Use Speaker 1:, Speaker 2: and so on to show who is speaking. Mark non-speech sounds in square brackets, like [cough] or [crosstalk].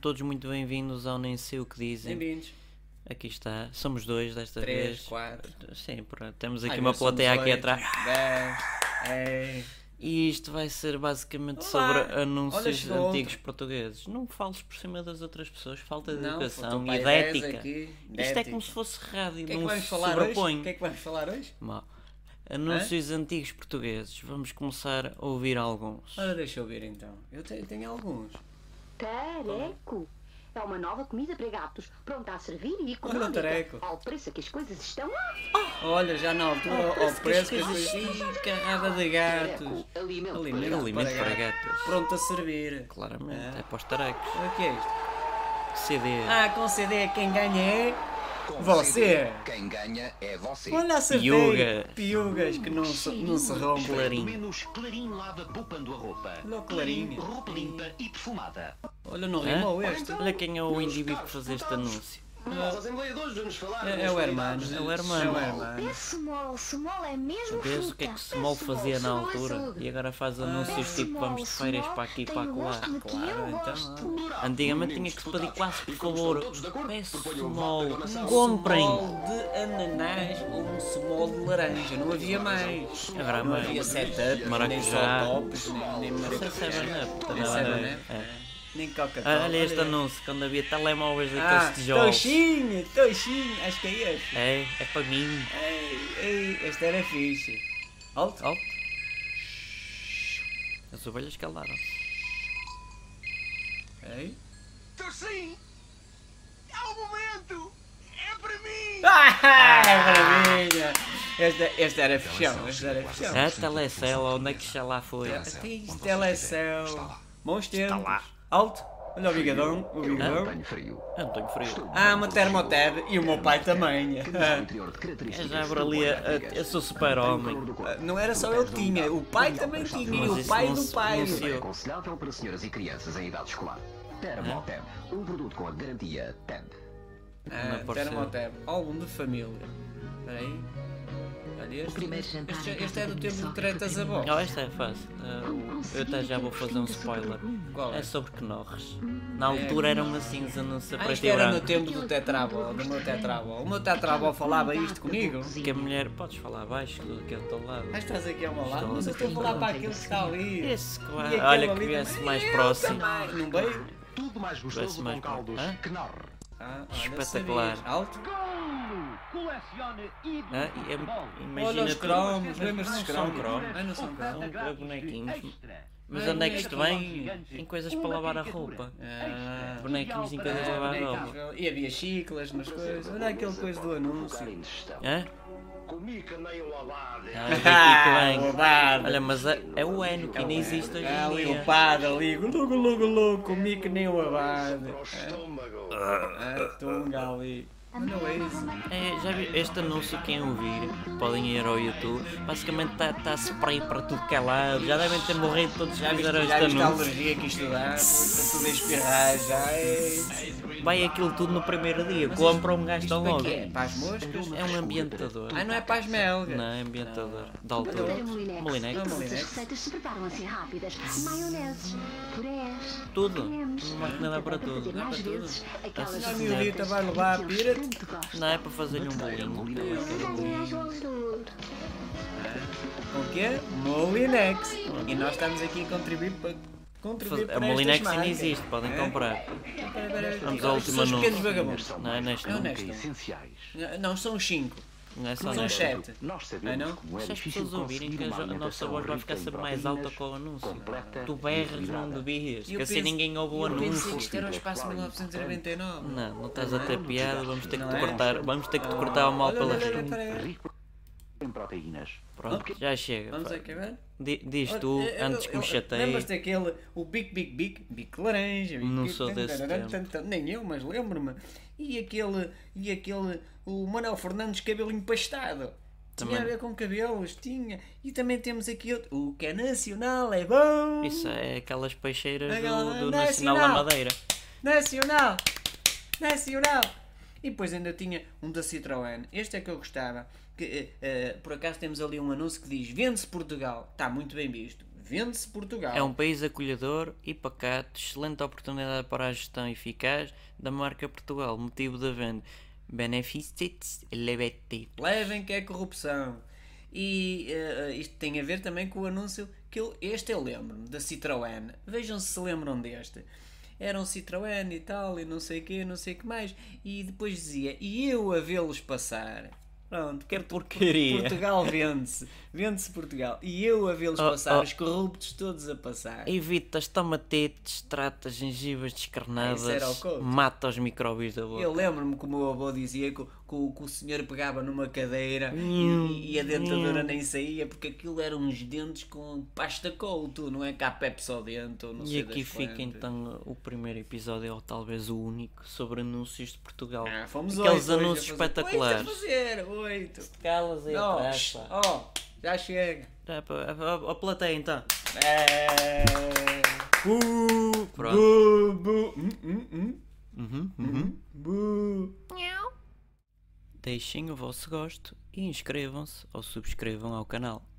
Speaker 1: todos muito bem-vindos ao Nem Sei O Que Dizem.
Speaker 2: Bem-vindos.
Speaker 1: Aqui está, somos dois desta
Speaker 2: Três,
Speaker 1: vez.
Speaker 2: quatro.
Speaker 1: Sim, pronto. Temos aqui
Speaker 2: Ai,
Speaker 1: uma
Speaker 2: nós somos
Speaker 1: plateia aqui
Speaker 2: oito,
Speaker 1: atrás.
Speaker 2: dez, ei.
Speaker 1: E isto vai ser basicamente
Speaker 2: Olá.
Speaker 1: sobre
Speaker 2: Olha,
Speaker 1: anúncios
Speaker 2: chegou
Speaker 1: antigos portugueses. Não fales por cima das outras pessoas, falta de
Speaker 2: Não,
Speaker 1: educação
Speaker 2: faltou para
Speaker 1: e de
Speaker 2: aí dez
Speaker 1: ética.
Speaker 2: aqui,
Speaker 1: Isto
Speaker 2: de
Speaker 1: é
Speaker 2: ética.
Speaker 1: como se fosse rádio,
Speaker 2: O que é que
Speaker 1: não
Speaker 2: vamos
Speaker 1: se
Speaker 2: falar
Speaker 1: sobrepõe.
Speaker 2: hoje? O que é que vamos falar hoje?
Speaker 1: Mal. Anúncios antigos portugueses. Vamos começar a ouvir alguns.
Speaker 2: Ora, deixa eu ver então. Eu te- eu tenho, alguns.
Speaker 3: Tareco. É uma nova comida para gatos, pronta a servir e económica.
Speaker 2: tareco.
Speaker 3: Ao preço que as coisas estão lá.
Speaker 2: Olha, já na
Speaker 1: Oh,
Speaker 2: altura, ao preço que as
Speaker 1: coisas-
Speaker 2: coisas... Ih, carrada de gatos.
Speaker 3: Tareco, alimento,
Speaker 2: Alimento.
Speaker 3: para gatos.
Speaker 1: Alimento para
Speaker 2: para
Speaker 1: gatos.
Speaker 2: Pronto a servir.
Speaker 1: Claramente, é para os tarecos.
Speaker 2: O que é isto?
Speaker 1: CD.
Speaker 2: Ah, com CD quem ganha é...
Speaker 4: Com
Speaker 2: Você.
Speaker 4: CD, Quem ganha é você.
Speaker 2: Olha, acertei.
Speaker 1: Piugas.
Speaker 2: Piugas que não, se- não se rompem.
Speaker 1: Clarinho.
Speaker 4: Menos clarim lava bupando a roupa.
Speaker 2: Olha o clarinho.
Speaker 4: Roupa limpa e perfumada.
Speaker 2: Olha, não rimou
Speaker 1: Hã?
Speaker 2: este.
Speaker 1: Olha quem é o indivíduo que fez este anúncio.
Speaker 4: Nós, assembleadores, vamos falar.
Speaker 2: É, é
Speaker 4: das
Speaker 2: o hermano.
Speaker 4: qualidades
Speaker 1: É o hermano.
Speaker 2: É o hermano.
Speaker 5: Small, small é mesmo
Speaker 1: Vês o
Speaker 5: fruta.
Speaker 1: que é que se mal fazia na altura
Speaker 3: um.
Speaker 1: e agora faz anúncios tipo vamos de feiras para aqui e para lá. é.
Speaker 2: Claro, então...
Speaker 1: Antigamente tinha que se pedir quase por favor. Peço mal,
Speaker 2: Um
Speaker 1: comprem.
Speaker 2: small de ananás ou um small de laranja. Não havia mais.
Speaker 1: Agora há
Speaker 2: não
Speaker 1: mais.
Speaker 2: havia setup, nem
Speaker 1: Maracujá.
Speaker 2: só tops, nem, nem
Speaker 1: Isso é
Speaker 2: maracujá.
Speaker 1: seven up, também
Speaker 2: Isso é
Speaker 1: era-
Speaker 2: seven up.
Speaker 1: é.
Speaker 2: Nem Coca-Cola.
Speaker 1: Olha este anúncio quando havia telemóveis
Speaker 2: Ah,
Speaker 1: daqueles tijolos.
Speaker 2: toxinho, toxinho. Acho que é este.
Speaker 1: É, é para mim.
Speaker 2: Ei, ei, este era fixe. Alto?
Speaker 1: Alto. As ovelhas calaram-se.
Speaker 2: Ei. [laughs]
Speaker 6: Sim! É o momento! É para mim!
Speaker 2: Ah, é maravilha! Este, este era fechão, este era fechão.
Speaker 1: A telecela, onde é que já lá foi?
Speaker 2: Até isto ela é céu. Bons tempos. Alto. Olha o bigadão,
Speaker 1: É?
Speaker 2: o bigadão.
Speaker 4: Tenho frio.
Speaker 1: António Freire.
Speaker 2: Ah, uma termotab e o meu pai
Speaker 4: [laughs]
Speaker 2: também. Ah,
Speaker 4: Interior de
Speaker 1: Eu
Speaker 4: características
Speaker 1: já abro ali a- a- eu sou super-homem.
Speaker 4: do corpo.
Speaker 2: Ah, Não era só eu que tinha, o pai também tinha, e
Speaker 1: um Mas
Speaker 2: o
Speaker 1: isso
Speaker 2: pai
Speaker 1: não
Speaker 2: do
Speaker 1: se
Speaker 2: pai.
Speaker 1: pronuncia.
Speaker 4: É aconselhável para senhoras e crianças em idade escolar. Termotemp. Um produto com a garantia TEMP.
Speaker 2: Ah, termotab, álbum de família. Peraí. Olha este. Este, este é do tempo de tretas a
Speaker 1: Não,
Speaker 2: bola.
Speaker 1: esta é fácil. Ah, eu até já vou fazer um spoiler.
Speaker 2: Qual é?
Speaker 1: É sobre Knorres. Na altura era uma cinza, não sei
Speaker 2: Ah,
Speaker 1: preto
Speaker 2: isto
Speaker 1: e
Speaker 2: era no
Speaker 1: branco.
Speaker 2: tempo do tetrabol, do meu tetrabol. O meu tetrabol falava isto comigo?
Speaker 1: Que é a mulher, podes falar baixo do que eu estou lá.
Speaker 2: Ah, estás aqui ao meu lado?
Speaker 1: Estou.
Speaker 2: Mas eu estou a falar para aquele que está ali.
Speaker 1: Esse, claro.
Speaker 2: E aquele
Speaker 1: Olha que
Speaker 2: ali
Speaker 1: viesse
Speaker 2: também. é
Speaker 1: mais
Speaker 2: Eu
Speaker 1: próximo.
Speaker 2: também. Não veio?
Speaker 4: Tudo mais
Speaker 1: Parece
Speaker 4: gostoso
Speaker 1: mais
Speaker 4: com caldos.
Speaker 1: bom. Hã?
Speaker 4: Knorr.
Speaker 2: Ah, olha,
Speaker 1: Espetacular.
Speaker 2: sabias. Alto?
Speaker 1: Ah, e é-
Speaker 2: Olha
Speaker 1: imagina
Speaker 2: os
Speaker 1: tu-
Speaker 2: cromos, lembras
Speaker 1: Não
Speaker 2: dos
Speaker 1: são
Speaker 2: cromos?
Speaker 1: cromos.
Speaker 2: Ah, não são cromos.
Speaker 1: É bonequinhos. Mas onde é que isto vem? Em coisas para lavar a roupa.
Speaker 2: Ah,
Speaker 1: Bonequinhos em coisas para lavar a roupa.
Speaker 2: E havia chiclas nas coisas. Olha aquele coisa do anúncio. É.
Speaker 1: Hã?
Speaker 4: Comica nem o abade.
Speaker 1: Ah, vê aqui
Speaker 2: [laughs]
Speaker 1: que
Speaker 2: Ah,
Speaker 1: vem.
Speaker 2: roubado.
Speaker 1: Olha, mas é, é o Eno que nem existe hoje
Speaker 2: Ah,
Speaker 1: em
Speaker 2: ali
Speaker 1: dia.
Speaker 2: o padre ali, logo, logo, logo, comi que nem o abade.
Speaker 4: estômago.
Speaker 2: Ah, tunga ali. Olha o Waze.
Speaker 1: É, já vi este anúncio, quem ouvir, podem ir ao YouTube. Basicamente está tá spray para tudo que é lado. Já devem ter morrido todos que
Speaker 2: Já viste,
Speaker 1: fizeram
Speaker 2: já
Speaker 1: este
Speaker 2: viste a
Speaker 1: anúncio.
Speaker 2: alergia que isto dá? Está tudo a espirrar já. É...
Speaker 1: Vai aquilo tudo no primeiro dia. um Compram, gastam
Speaker 2: Para
Speaker 1: logo.
Speaker 2: quê? Para as moscas?
Speaker 1: É um ambientador.
Speaker 2: é Ah, não é para as melgas.
Speaker 1: Não, é ambientador. Da altura.
Speaker 3: Para Molinex.
Speaker 1: Molinex. Hum.
Speaker 3: E todas as
Speaker 2: Molinex.
Speaker 3: receitas se preparam assim rápidas. Maioneses, purés,
Speaker 1: Tudo.
Speaker 3: cremes.
Speaker 1: Uma máquina dá para
Speaker 3: Dá
Speaker 1: tudo.
Speaker 3: fazer
Speaker 1: Dá
Speaker 3: mais
Speaker 1: para tudo.
Speaker 3: vezes aquelas
Speaker 2: senhora
Speaker 3: receitas
Speaker 2: Miolita vai levar a
Speaker 3: que eles
Speaker 2: pira.
Speaker 3: tanto gostam.
Speaker 1: Não é para fazer-lhe um bolinho.
Speaker 3: Olha as bolas de ouro.
Speaker 2: O quê? Molinex. E nós estamos aqui a contribuir para. Contribuir
Speaker 1: Faz-
Speaker 2: para
Speaker 1: A Molinex
Speaker 2: estas
Speaker 1: ainda
Speaker 2: marcas.
Speaker 1: existe, podem
Speaker 2: É?
Speaker 1: comprar.
Speaker 2: Pera, pera, pera.
Speaker 1: Vamos ao
Speaker 2: Olha,
Speaker 1: último
Speaker 2: São os pequenos
Speaker 1: anúncio.
Speaker 2: vagabundos.
Speaker 1: Não é neste
Speaker 2: Não,
Speaker 1: não.
Speaker 2: neste não.
Speaker 4: Essenciais.
Speaker 2: Não, são os cinco.
Speaker 1: Não é só
Speaker 2: São
Speaker 1: neste.
Speaker 2: sete. Ah,
Speaker 4: Nós
Speaker 2: não?
Speaker 4: sabemos como é
Speaker 1: Se as
Speaker 4: difícil
Speaker 1: pessoas ouvirem que
Speaker 4: conseguir
Speaker 1: a
Speaker 4: uma
Speaker 1: jo- a nossa
Speaker 4: alimentação
Speaker 1: voz vai ficar
Speaker 4: rica em
Speaker 1: sempre mais alta
Speaker 4: proteínas,
Speaker 1: com o anúncio.
Speaker 4: completa
Speaker 1: Tu
Speaker 4: e
Speaker 1: berras, não
Speaker 4: equilibrada.
Speaker 1: devias. Que
Speaker 2: Eu
Speaker 1: assim
Speaker 2: penso-
Speaker 1: ninguém ouve o
Speaker 2: eu pensei
Speaker 1: anúncio.
Speaker 2: que isto era o espaço 1999.
Speaker 1: Não, não estás a ter piada, vamos ter que
Speaker 2: é? Não
Speaker 1: te
Speaker 2: é?
Speaker 1: cortar. Vamos ter que te cortar o mal
Speaker 2: Olha,
Speaker 1: pela
Speaker 2: olha, olha,
Speaker 1: rua.
Speaker 2: peraí.
Speaker 4: Rico em proteínas.
Speaker 1: Pronto, já chega.
Speaker 2: Vamos
Speaker 1: pá.
Speaker 2: acabar?
Speaker 1: Di- Diz tu,
Speaker 2: Olha, eu-
Speaker 1: antes que
Speaker 2: eu-
Speaker 1: me chateie.
Speaker 2: Lembras daquele, o Big Big Big, Big Laranja? Big
Speaker 1: Não
Speaker 2: Big-
Speaker 1: sou desse
Speaker 2: tantararã,
Speaker 1: tempo.
Speaker 2: tantarã, Nem eu, mas lembro-me. E aquele, e aquele, o Manuel Fernandes, cabelo empastado. Tinha a ver com cabelos, tinha. E também temos aqui outro, o que é nacional é bom.
Speaker 1: Isso é aquelas peixeiras
Speaker 2: Aquela- é
Speaker 1: do, do Nacional
Speaker 2: Nacional.
Speaker 1: da Madeira.
Speaker 2: é Nacional! é Nacional! assim E depois ainda tinha um da Citroën. Este é que eu gostava. Que, eh, eh, por acaso temos ali um anúncio que diz: Vende-se Portugal. Está muito bem visto. Vende-se Portugal.
Speaker 1: É um país acolhedor e pacato, excelente oportunidade para a gestão eficaz da marca Portugal, motivo da venda. Benefits LGBT.
Speaker 2: Levem que é corrupção. E eh, isto tem a ver também com o anúncio que eu, este eu lembro-me, da Citroën. Vejam se se lembram deste. Era um Citroën e tal, e não sei o que, não sei o que mais. E depois dizia, e eu a vê-los passar. Pronto, quero
Speaker 1: Porcaria.
Speaker 2: Portugal vende-se. Vende-se Portugal. E eu a vê-los
Speaker 1: Oh,
Speaker 2: passar,
Speaker 1: oh.
Speaker 2: os corruptos todos a passar.
Speaker 1: Evita tomatetes, trata gengivas
Speaker 2: Ah, Isso era o
Speaker 1: descarnadas,
Speaker 2: couto.
Speaker 1: mata os micróbios da boca.
Speaker 2: Eu lembro-me que o meu avô dizia que, o- que o- que o senhor pegava numa cadeira
Speaker 1: Hum,
Speaker 2: e, e a dentadura nem saía porque aquilo eram uns dentes com pasta couto, não é cá Pepsi ao dente ou não
Speaker 1: E
Speaker 2: sei
Speaker 1: aqui
Speaker 2: das
Speaker 1: fica
Speaker 2: quantas.
Speaker 1: então o primeiro episódio, ou talvez o único, sobre anúncios de Portugal.
Speaker 2: Ah, fomos
Speaker 1: Aqueles
Speaker 2: oito hoje a
Speaker 1: anúncios
Speaker 2: fazer-
Speaker 1: espetaculares.
Speaker 2: Oito a fazer, oito.
Speaker 1: Calas aí
Speaker 2: Não,
Speaker 1: atrás,
Speaker 2: shh,
Speaker 1: pá.
Speaker 2: ó, já chega.
Speaker 1: Já, pá, Tá, a, a- a plateia então.
Speaker 2: É. Bu,
Speaker 1: Uh, Pronto.
Speaker 2: bu, bu. Hum, hum, hum.
Speaker 1: Uhum, uhum.
Speaker 2: Bu.
Speaker 1: Deixem o vosso gosto e inscrevam-se ou subscrevam ao canal.